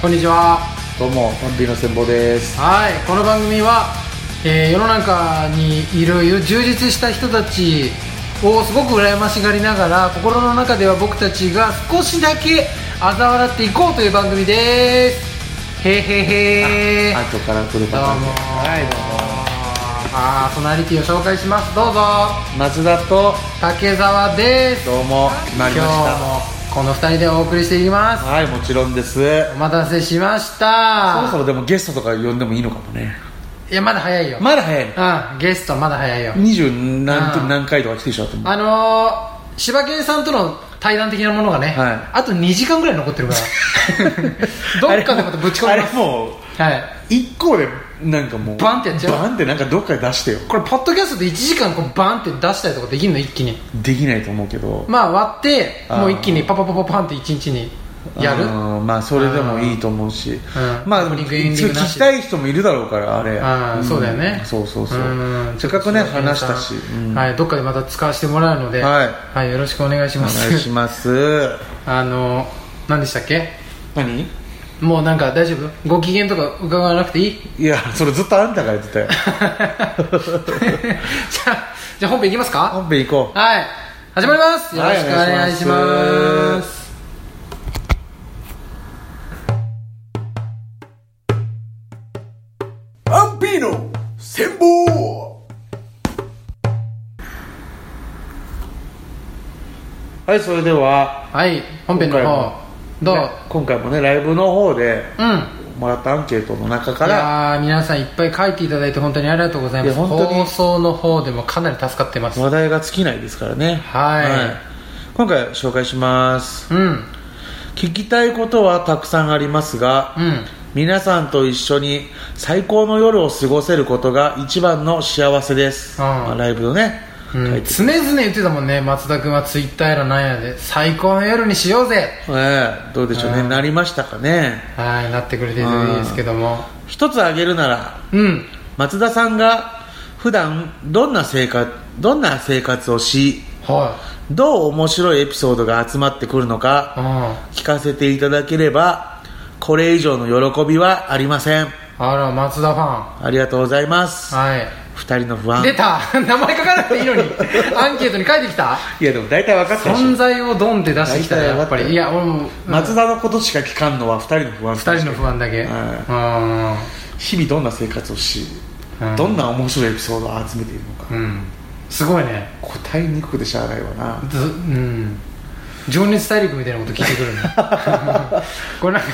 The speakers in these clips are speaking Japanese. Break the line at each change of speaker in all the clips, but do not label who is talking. こんにちは
どうもパンピーの千坊です
はいこの番組は、えー世の中にいる充実した人たちをすごく羨ましがりながら心の中では僕たちが少しだけ嘲笑っていこうという番組ですへーへーへー
後から来る
どう
パ
も
ターンで
はいどうもパーソナリティを紹介しますどうぞ
松田と
竹澤です
どうも決まりま
今日
し
もこの2人でお送りしていきま
た
す
はいもちろんです
お待たせしまし
そ
た
ろそろでもゲストとか呼んでもいいのかもね
いやまだ早いよ、
まだ早いね
うんゲストまだ早いよ
二十何
うん
何回とか来てしまっても
あのー、柴犬さんとの対談的なものがね、
はい
あと2時間ぐらい残ってるから どっかでまたぶち込みます
あれもう
はい、
一個でなんかもう
バンってやっちゃう
バンってなんかどっかで出してよ
これポッドキャストで1時間こうバンって出したりとかできるの一気に
できないと思うけど
まあ割って
あー
もう一気にパパパパパンって1日にやる
あのーまあそれでもいいと思うし
ん
まあ
オープニングエンディングなしで
聞きたい人もいるだろうからあれ
あー
ん
そうだよね
そうそうそうんせっかくね
ちょっと柴犬
話し
さん
たしうん
はい、どっかでまた使わせてもらうので、
はい
よろしくお願いし
お
ま
願い
す
し ます
あのー、何でしたっけ
何
もうなんか大丈夫ご機嫌とか伺わなくていい
いやそれずっとあんたが言ってたよ
じゃあじゃあ本編いきますか
本編行こ
はい始まりますよろ
はい
しくお願いし
お願
ま
いしますうアンピーの戦法はいそれでは
はい本編の
今回
方
も
どう、
ね今回もねライブの方で
うん
もらったアンケートの中か
い
ら
やー皆さんいっぱい書いていただいて本当にありがとうございます
いや本当に
放送の方でもかなり助かってます
話題が尽きないですからね
はい
今回紹介します
うんうん
聞きたいことはたくさんありますが皆さんと一緒に最高の夜を過ごせることが一番の幸せです、
うん
まあライブのね、
う
書
ん、
いて
常々言ってたもんね松田君はツイッターやらなんやで最高の夜にしようぜ
ええどうでしょうね、
うん
なりましたかね
はいなってくれてるといいですけども
一つ挙げるなら
うん
松田さんが普段どんな生活どんな生活をし
は
どう面白いエピソードが集まってくるの
いうん
か
あ
聞かせていただければこれ以上の喜びはありません
ら松田ファ
ありがとうございます
ンはい
二人の不安
出た 名前書かなくていいのにアンケートに書いてきた
いやでも大体分かったでしょ
存在をドンって出してきたねやっぱ
大体分かったよ
りいや俺も
松田のことしか聞かんのは二人の不安
2人の不安だけ
日々どんな生活をし、
うん
どんな面白いエピソードを集めているのか
うんうんすごいね
答えにくくてしゃあないわな
ずうん情熱大陸みたいなこと聞いてく るねこれなんか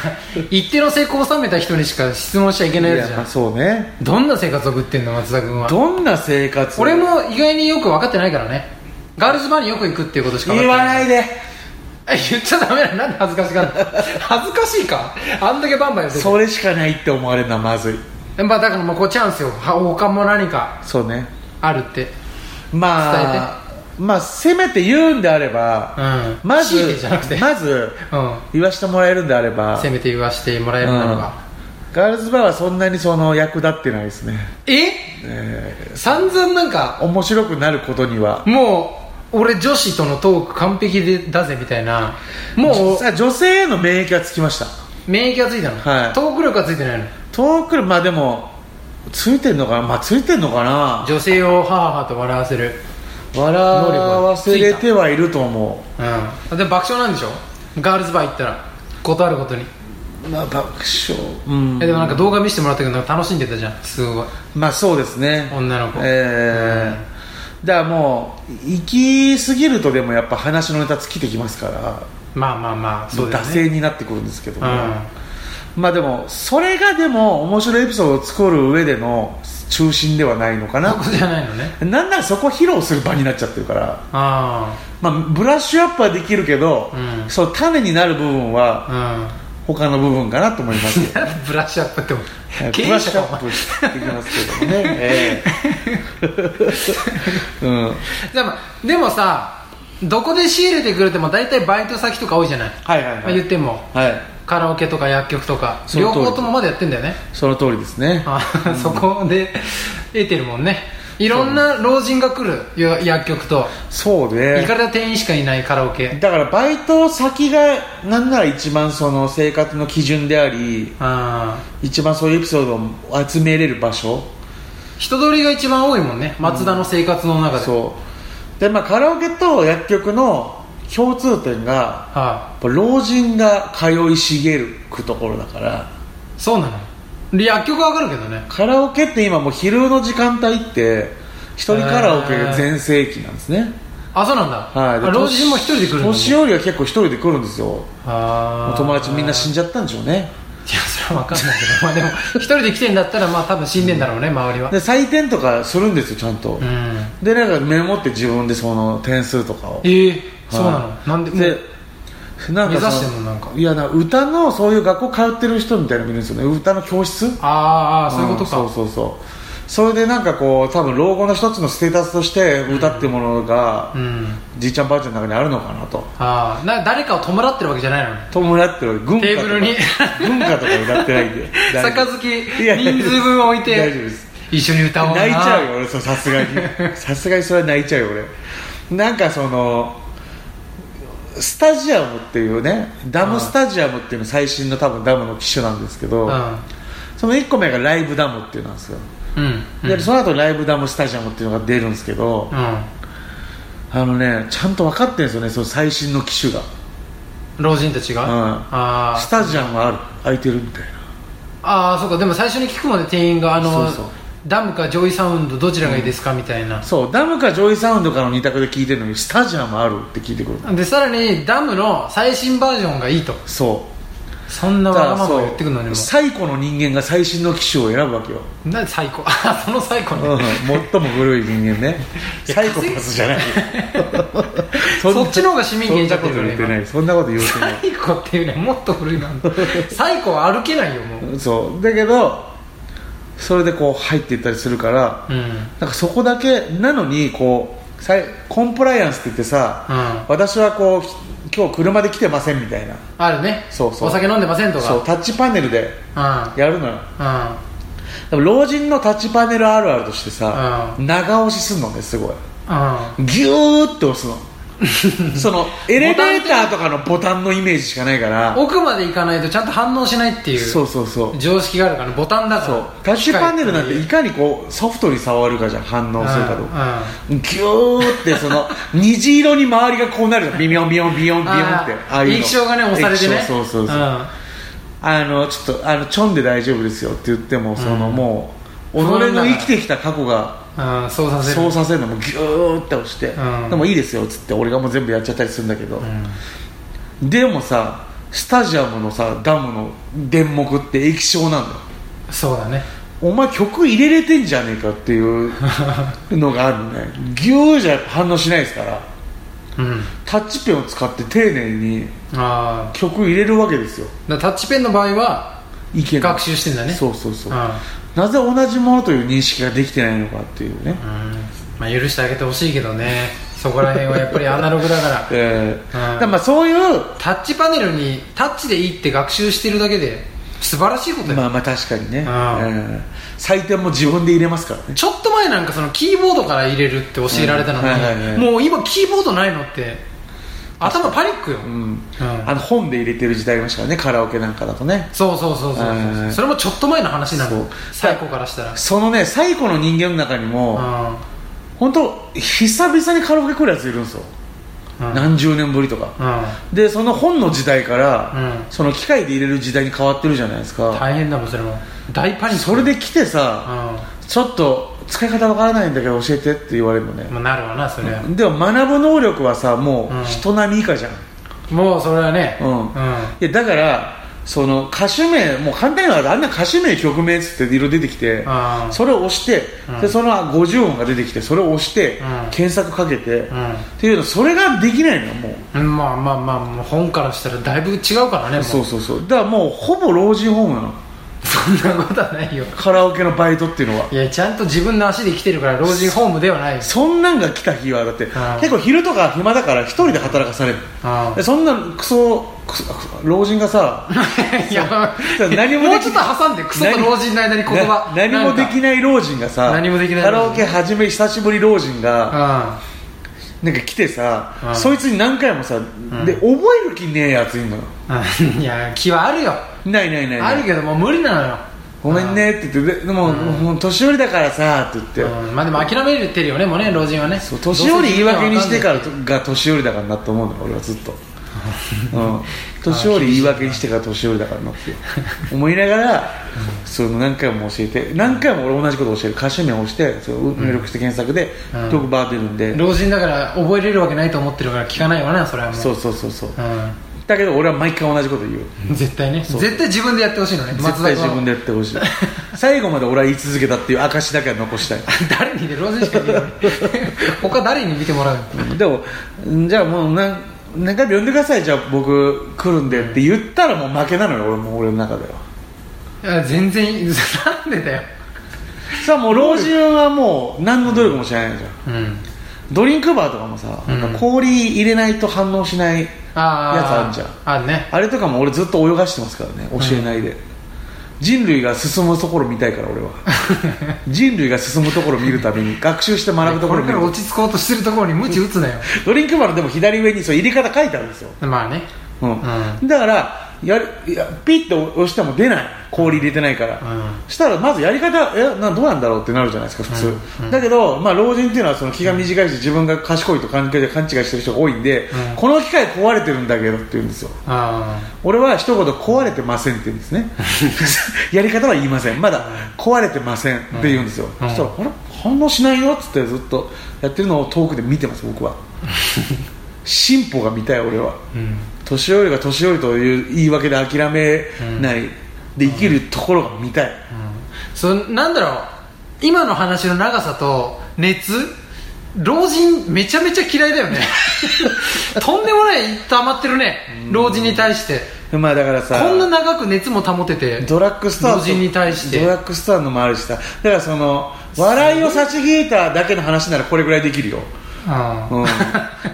一定の成功を収めた人にしか質問しちゃいけないやつじ
い
ゃ
やまあ
ん
そうね
どんな生活を送ってんの松田君は
どんな生活を
俺も意外によく分かってないからねガールズバーによく行くっていうことしか分
言
かっ
わ
て
ないで
え 言っちゃダメだなんで恥ずかしがるの 恥ずかしいかあんだけバンバンやってて
それしかないって思われるのはまずい
まあだからもうこうチャンスよは他も何か
そうね
あるって
まあまあせめて言うんであれば、
うん
ま
強い
ず
てじゃなくて、
まず
うん
言わせてもらえるんであれば
せめて言わせてもらえるならば、
ガールズバーはそんなにその役立ってないですね、
え
え
散々なんか
ー面白くなることには
もう俺女子とのトーク完璧でだぜみたいなもう
さあ女性への免疫がつきました
免疫がついたの、
はい
トーク力がついてないの
遠くまあでもついてんのかなまあついてんのかな
女性をハーハーと笑わせる
笑わせ
能力
れ
がつい
てはいると思
うんで爆笑なんでしょガールズバー行ったら断ることに、
うまあ爆笑うん
えでもなんか動画見せてもらったけどなんか楽しんでたじゃんすごい
まあそうですね
女の子
ええだからもう行き過ぎるとでもやっぱ話のネタ尽きてきますから
まあまあまあそうだ
惰
よね
性になってくるんですけど
う
も、
ん
まあでもそれがでも面白いエピソードを作る上での中心ではないのか
そ
な
こじゃないのね
なんならそこ披露する場になっちゃってるから
あ
まあ、ブラッシュアップはできるけど、
うん
その種になる部分は
あうん
他の部分かなと思いますよ
ブラッシュアップっても
え
経
ブラ
営
ッシ
者
ュ
か
ア
お
ッ
前
プしていきますけど もね、ええ うん、
でもでもさどこで仕入れてくれても大体バイト先とか多いじゃない、
はいはい
ま
は
あ、
い、
言っても
はい、
カラオケとか薬局とか
そ
両
の通り
方ともまだやってんだよね
その通りですね
あそこで得てるもんねいろんな老人が来るよ薬局と
そ
い
うね
かれた店員しかいないカラオケ
だからバイト先がなんなら一番その生活の基準であり
あ
一番そういうエピソードを集めれる場所
ー人通りが一番多いもんね松田の生活の中で、はい
そうでまあカラオケと薬局の共通点がやっぱ老人が通い茂るところだから
そうなので薬局はわかるけどね
カラオケって今もう昼の時間帯って一人カラオケが全盛期なんですね、
あそうなんだ、
はい、で
あ老人も一人で来るんだね
年寄りは結構一人で来るんですよ
あ
お
ー
友達みんな死んじゃったんでしょうね
いやそれはわかんないけどまあでも一人で来てんだったらまあ多分死んでんだろうね周りは
で採点とかするんですよちゃんと、
うん
でなんかメモって自分でその点数とかを
ええそうなの
はい
なんでも
で
う
なんかそ
目指してんのなんか
いやな歌のそういう学校通ってる人みたいなの見るんですよね歌の教室
あーあーそういうことか、
んそうそうそうそれでなんかこう多分老後の一つのステータスとして歌っていうものが、
うん
じいちゃんばあちゃんの中にあるのかなと
ああな誰かを弔ってるわけじゃないのね
弔ってる軍歌とか
テーブルに
軍歌とか歌ってないんで大丈夫
杯
いや
人数分置いて
大丈夫です
一緒に歌おうな
泣いちゃうよ俺そうさす がにさすがにそれは泣いちゃうよ俺なんかそのスタジアムっていうねダムスタジアムっていうの最新の多分ダムの機種なんですけど、その1個目がライブダムっていうのなんですよ、
うんうんうん
でその後ライブダムスタジアムっていうのが出るんですけど、
うん
あのねちゃんと分かってるんですよねその最新の機種が、
老人たちが、
うん
あ
ス
ー
タジアムはある空いてるみたいな
あーそうかでも最初に聞くもんね店員があの
そうそう
ダムかジョイサウンドどちらがいいですか、みたいな
そうダムかジョイサウンドかの2択で聞いてるのにスタジアムあるって聞いてくる
でさらにダムの最新バージョンがいいと
そう
そんなわがままを言ってくるのにも
最古の人間が最新の機種を選ぶわけよ、
なんで最高あその最高ね、
最も古い人間ね
いや
サイコパスじゃない
そ
んな
っちの方が市民権者
そんな
って
こ
る
と言
ね
ってないそんなこと言うてな
最高っていうねもっと古いなんだ最高は歩けないよもう
い そうだけどそれでこう入っていったりするから
うんうん
なんかそこだけなのにこうさいコンプライアンスって言ってさ、私はこうひ今日車で来てませんみたいな
あるね
そうそう
お酒飲んでませんとか
そうタッチパネルで
うん
やるのよ
うん
でも老人のタッチパネルあるあるとしてさ、
う
長押しすんのねすごい
うん
ギューって押す のそのエレベーターとかのボタンのイメージしかないから
奥まで行かないとちゃんと反応しないっていう
そうそうそう
常識があるからボタンだから
タッチパネルなんて
機
いかにこうソフトに触るかじゃん反応
械
するかどうか
うんうん
ギューってその 虹色に周りがこうなるのビヨンビヨンビヨンビヨンってああいうの
液晶がね押されてね
液晶そうそうそう、
ん
あのちょっとあのチョンで大丈夫ですよって言ってもその、もう己の生きてきた過去が
うんそうさせる
そうさせるのもギューって押して、
うん
でもいいですよっつって俺がもう全部やっちゃったりするんだけど、
うん
でもさスタジアムのさダムの電目って液晶なんだよ
そうだね
お前曲入れれてんじゃねえかっていう のがあるねギューじゃやっぱ反応しないですから
うん
タッチペンを使って丁寧に
ああ
曲入れるわけですよ
タッチペンの場合はい
けない
学習してんだね
そうそうそう、
ん
なぜ同じものという認識ができてないのかっていうね、
うんまあ許してあげてほしいけどねそこら辺はやっぱりアナログだから
えー
うん
だからまあそういう
タッチパネルにタッチでいいって学習してるだけで素晴らしいことだよ、
まあまあ確かにね、
うん
えー採点も自分で入れますからね
ちょっと前なんかそのキーボードから入れるって教えられたのに、
うんはいはいはい
もう今キーボードないのって頭パニックよ、う
うんんあの本で入れてる時代ありましたからねカラオケなんかだとね
そうそうそうそう、
はいはいはい
それもちょっと前の話な
そ
の
う
最高からしたら
そのね最古の人間の中にも
う
本当久々にカラオケ来るやついるんですよ、
んうん
何十年ぶりとか
うん
でその本の時代から、
うん
その機械で入れる時代に変わってるじゃないですか
大変だもんそれも大パニック
それ
で
で来てさ、
う
ちょっと使い方わからないんだけど教えてって言われるのね
ん、まあ、なるわなそれは、
でも学ぶ能力はさも
うん
う人並み以下じゃん、
もうそれはね
うんいやだからその歌手名もう簡単にはあんな歌手名曲名っつって色出てきて
あー
それを押して、
うん
でその50音が出てきてそれを押して、
うん
検索かけて、っ
うん
ていうのそれができないのもう、
うんまあまあまあもう本からしたらだいぶ違うからねもう
そうそうそうだからもうほぼ老人ホームなの
そんなことはないよ
カラオケのバイトっていうのはい
やちゃんと自分の足で生きてるから老人ホームではないよ
そんなんが来た日はだって
あー
結構昼とか暇だから一人で働かされる
あ
でそんなクソクソクソ老人がさ
あいや
そう何もでき
もうちょっと挟んでクソと老人の間に言葉
な何もで
な
きない老人がさ
何もできない
カラオケ始め久しぶり老人が
あ
なんか来て
う
さ
ん
そいつに何回もさ、で覚える気ねえやついんのよ
いや気はあるよ
ないないないない
あるけどもう無理なのよ
ごめんねって言ってででも,、もう年寄りだからさって言って、
うんまあでも諦めてるよねもうね老人はね
そう年寄り言い訳にしてかららが年寄りだからなと思うの俺はずっ と、うん、年寄り言い訳にしてから年寄りだからなって思いながらその何回も教えて何回も俺同じこと教える歌手名を押してそう入力して検索で
うん
特バー出るんで、
老人だから覚えれるわけないと思ってるから聞かないわなそれはもう
そうそうそうそう
う
だけど俺は毎回同じこと言うん
絶対ね
そう
絶対自分でやってほしいのね
絶対
君は
自分でやって ほしい最後まで俺は言い続けたっていう証だけは残したい
誰にで老人しかいない のに他誰に見てもらうの
でもじゃあもう何何回も呼んでくださいじゃあ僕来るんでって言ったらもう負けなのよ俺も俺の中ではい
や全然なんでだよ
さあもう老人はもう何の努力もしないじゃん
うん
ドリンクバーとかもさ、
うん
なんか氷入れないと反応しない
ああ
やつあるじゃん
あるね
あれとかも俺ずっと泳がしてますからね教えないで、人類が進むところ見たいから 俺は人類が進むところ見るために学習して学ぶと
こ
ころ
れ
見
から
る
落ち着こうとしてるところに無知打つなよ
ドリンクバーのでも左上にそう入れ方書いてあるんですよ、
まあね
うんだからやるいやピッと押しても出ない氷入れてないから、
うん
したらまずやり方えなどうなんだろうってなるじゃないですか普通、
うんうん
だけど、まあ、老人っていうのはその気が短いし自分が賢いと関係で勘違いしてる人が多いんで、
うん
この機械壊れてるんだけどって言うんですよ
あ
俺は一言壊れてませんって言うんです ねやり方は言いませんまだ壊れてませんって言うんですよ、
うん
そしたらあれ反応しないよっつってずっとやってるのを遠くで見てま す僕は進歩が見たい俺は
あうん
年寄りが年寄りという言い訳で諦めない、で生きるところが見たい、
そのなんだろう今の話の長さと熱老人めちゃめちゃ嫌いだよ ねとんでもない溜まってるね老人に対して
まあだからさ
こんな長く熱も保てて
ドラッグストアと
老人に対して
ドラッグストアのもあるしさだからその笑いを差し引いただけの話ならこれぐらいできるよ、
うん
うん、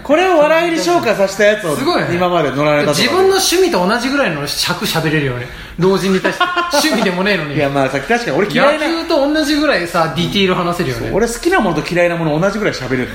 これを笑いに昇華させたやつを
すごいね
今まで乗られたとか
自分の趣味と同じぐらいの尺喋れるよね老人に対して 趣味でもねえのに
いやまあさっき確かに俺嫌い
野
な
球と同じぐらいさディティール話せるよね
俺好きなものと嫌いなもの同じぐらい喋れる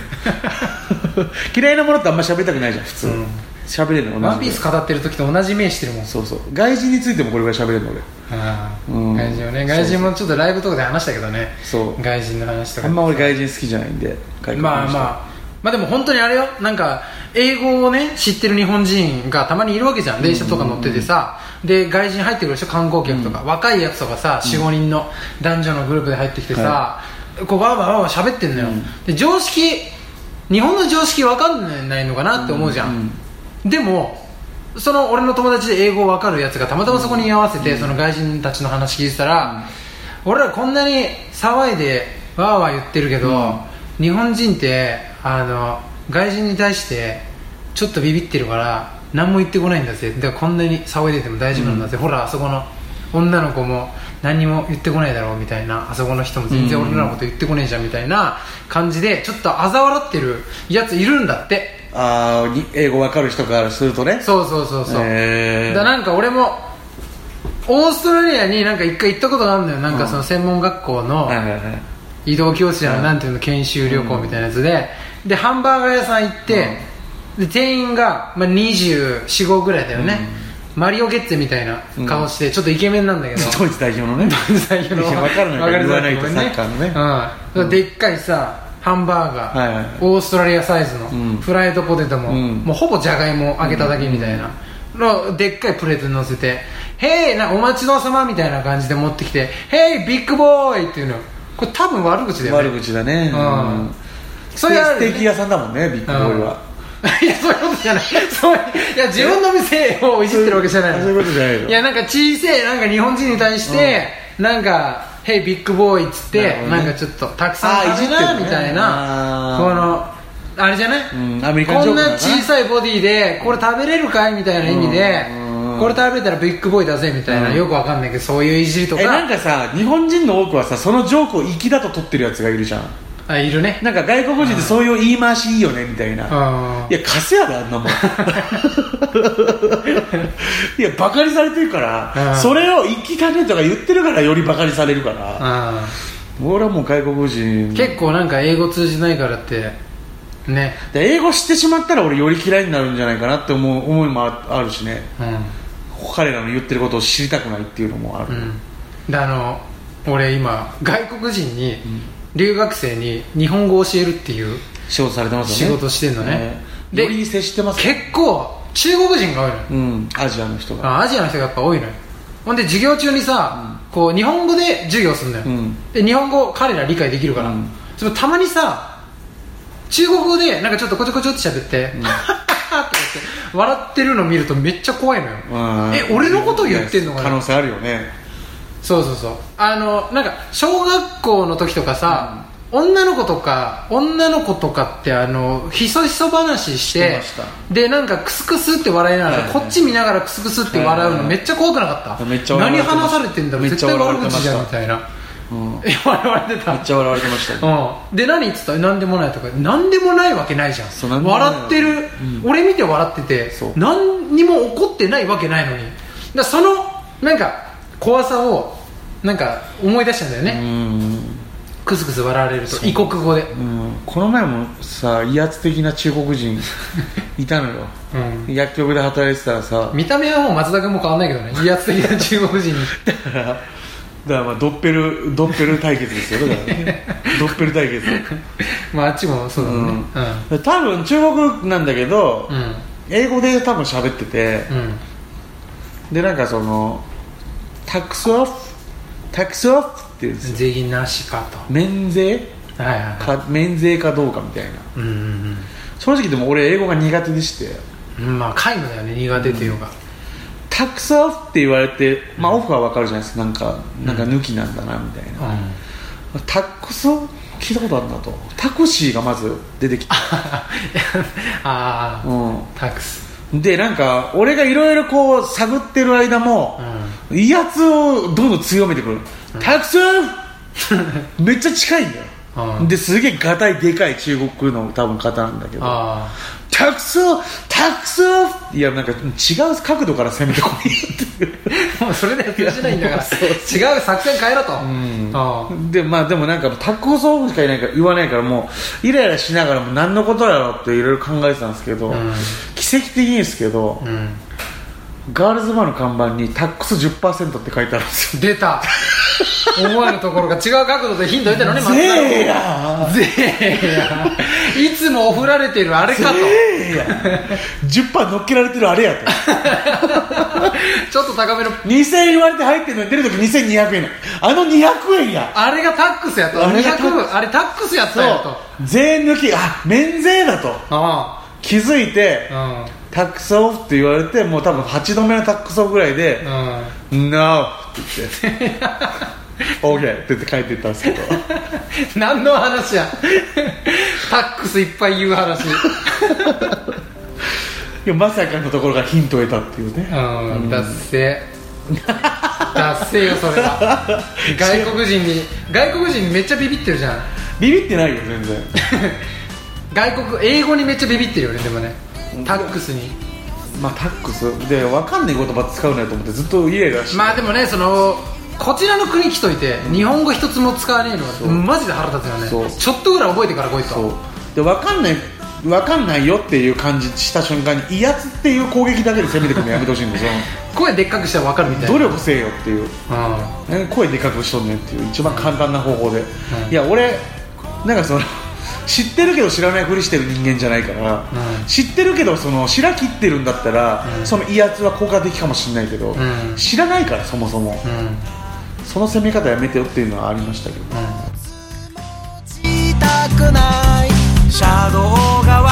嫌いなものってあんま喋りたくないじゃん普通
うん
喋、れるの同じぐら
ワ
い
ンピース語ってる時と同じ目してるもん
そうそう外人についてもこれぐらい喋れるの俺
ああ
うん
外人をね外人もちょっとライブとかで話したけどね
そう
外人の話とか
あんま俺外人好きじゃないんで外国の人
まあまあまあでも本当にあれよなんか英語をね知ってる日本人がたまにいるわけじゃん電車とか乗っててさで外人入ってくるでしょ観光客とか、若いやつとかさ45人の男女のグループで入ってきてさ、こうバーバーバーバー喋ってんのよ、で常識日本の常識わかんないのかなって思うじゃん、でもその俺の友達で英語わかるやつがたまたまそこに居合わせて、その外人たちの話聞いてたら、俺らこんなに騒いでわーわー言ってるけど、日本人ってあの外人に対してちょっとビビってるから何も言ってこないんだぜだからこんなに騒いでても大丈夫なんだぜ、ほらあそこの女の子も何も言ってこないだろうみたいなあそこの人も全然俺らのこと言ってこねえじゃんみたいな感じでちょっと嘲笑ってるやついるんだって
あーに英語わかる人からするとね
そうそうそうそう、
へー
だなんか俺もオーストラリアになんか一回行ったことがあるのよなんかその専門学校の
はいはいはい
移動教室やらなんていうの研修旅行みたいなやつで、でハンバーガー屋さん行って、で店員が、まあ、245ぐらいだよね、マリオ・ゲッツェみたいな顔して、ちょっとイケメンなんだけど
ドイツ代表のね
最初の
いやわかるのよ
わかりづら
言わないとサッカーのね
うんでっかいさハンバーガー、
はいはい
オーストラリアサイズの、
ん
フライドポテトも、
うん
もうほぼじゃがいも揚げただけみたいな、のでっかいプレートに乗せて「ヘイなお待ちどうさま」みたいな感じで持ってきて「ヘイビッグボーイ」っていうのこれ多分悪口だよね
悪口だね
うん
うん
それはある
ステ
よ
ー
ね
キ屋さんだもんねビッグボーイは、
いやそういうことじゃないそういや自分の店をいじってるわけじゃないの
そういうことじゃないよ
いやなんか小さいなんか日本人に対して、なんか「ヘイビッグボーイ」っつって
な
な,、
るほどね
んかちょっとたくさん
あー
食べ
いじって
な
るね
みたいな
あ
こ
ー
のあれじゃない、
うんアメリカンジ
こん
ョーク
な
なのかな
小さいボディでこれ食べれるかいみたいな意味で、
うん
これ食べたらビッグボーイだぜみたいな、
うん
よくわかんないけどそういういじりと
えなん
か
かさ日本人の多くはさそのジョークを粋だと取ってるやつがいるじゃん
あいるね
なんか外国人ってそういう言い回しいいよねみたいな、
うん
いや貸せやであ んなもんいやバカにされてるから、
うん
それを粋だねとか言ってるからよりバカにされるから、
あ
俺はもう外国人
ー結構なんか英語通じないからってね
で英語知ってしまったら俺より嫌いになるんじゃないかなって思う思いもああるしね
う
彼らの言ってることを知りたくないっていうのもある、
んうんであの俺今外国人に、留学生に日本語を教えるっていう
仕事されてますよね
仕事してんのね
えー
で
より接してますよ
結構中国人が多いのよ
うんアジアの人が
あアジアの人がやっぱ多いのよほんで授業中にさ、こう日本語で授業するのよ、
うん
で日本語彼ら理解できるから、
うん
そのたまにさ中国語でなんかちょ っとこちょこちょって喋って、ハハハって言って笑ってるの見るとめっちゃ怖いのよ、
うん
え俺のこと言ってんのか
可
な
能性あるよね
そうそうそうあのなんか小学校の時とかさ、女の子とか女の子とかってあのひそひそ話し
して
て
ました
でなんかクスクスって笑いながら、
はいはい
こっち見ながらクスクスって笑う
はい
の
はい
めっちゃ怖くなかった
めっちゃ笑わ
何
れてました
話されてんだろう
めっ
絶
ちゃ
対
笑わ
悪
れてま
口
し
じ
た
ゃんみたいな
うん
え笑われて
め
た
っちゃ笑われてましたよ
うん、で何っつったら「何でもない」とか「何でもないわけないじゃん
そう何でもない
笑ってる、俺見て笑ってて
そう
何にも怒ってないわけないのにだからそのなんか怖さをなんか思い出したんだよ
う
ね、
ん
クスクス笑われると異国語で、
うんこの前もさ威圧的な中国人い たのよ
うん、
薬局で働いてたらさ
見た目はもう松田君も変わんないけどね威圧的な中国 人に
だからだからまあドッペルドッペル対決で すよだからねドッペル対決
まああっちもそうだもんね
多分中国なんだけど、
うんうん
英語で多分喋ってて
うん
でなんかそのタックスオフタックスオフって言うんですよ
税金なしか
免税
とはいはいはい
か免税かどうかみたいな
うんうん
正直でも俺英語が苦手でして
うんまあ皆無だよね苦手というか、
タックスオフって言われて、まあ、オフは分かるじゃないですかなんかなんか抜きなんだなみたいな、
うん
タックスオフ聞いたことあるなとタクシーがまず出てきて、
ああ
う
タックス
ん、でなんか俺がいろいろこう探ってる間も
う、ん
威圧をどんどん強めてくる、タクシー めっちゃ近いんだよ、
うん
ですげえがたいでかい中国の多分方なんだけど
あ
タクシータクシーいやなんか違う角度から攻めてこいよって
あもうそれでやってしないんだから違う作戦変えろとうんあ
でまあでもなんかタコソしかいないから言わないからもうイライラしながらも何のことやろっていろいろ考えてたんですけど、
ん
奇跡的にですけど
あ、うん
ガールズバーの看板にタックス10%って書いてあるんですよ
出た思わぬところが違う角度でヒント出たのね
ぜえや
ぜえやいつもおふられてるあれかと
ええやん 10%乗っけられてるあれやと
ちょっと高めの
2000円言われて入ってるのに出るとき2200円あの200円や
あれがタックスやと
あれがタックス
200あれタックスやっ
そ
たよと
う税抜きあ免税だと
あ
気づいて
あ
タックスオフって言われてもう多分8度目のタックスオフぐらいで
うんう ん
「NO」って言って 「OK」って言って帰っていったんですけど
何の話や タックスいっぱい言う話
いやまさかのところがヒントを得たっていうね
うん達成達成よそれ は外国人に外国人めっちゃビビってるじゃん
ビビってないよ全然
外国英語にめっちゃビビってるよねでもねタックスに
まあタックスで分かんない言葉使うなよと思ってずっとイライラして
まあでもねそのこちらの国来といて日本語一つも使わねえのがマジで腹立つよ
そう
ねちょっとぐらい覚えてから来い
そう
と
で分かんない分かんないよっていう感じした瞬間に威圧っていう攻撃だけで攻めてくるのやめてほしいんで すよ
声でっかくしたら分かるみたいな
努力せえよっていう
う
なんか声でかくしとんねんっていう一番簡単な方法で、
ん
いや俺なんかその知ってるけど知らないふりしてる人間じゃないから、
うん
知ってるけどその白切ってるんだったら、
うん
その威圧は効果的かもしれないけど、
ん
知らないからそもそも、
んうん
その攻め方やめてよっていうのはありましたけど
うん
「シャドウが湧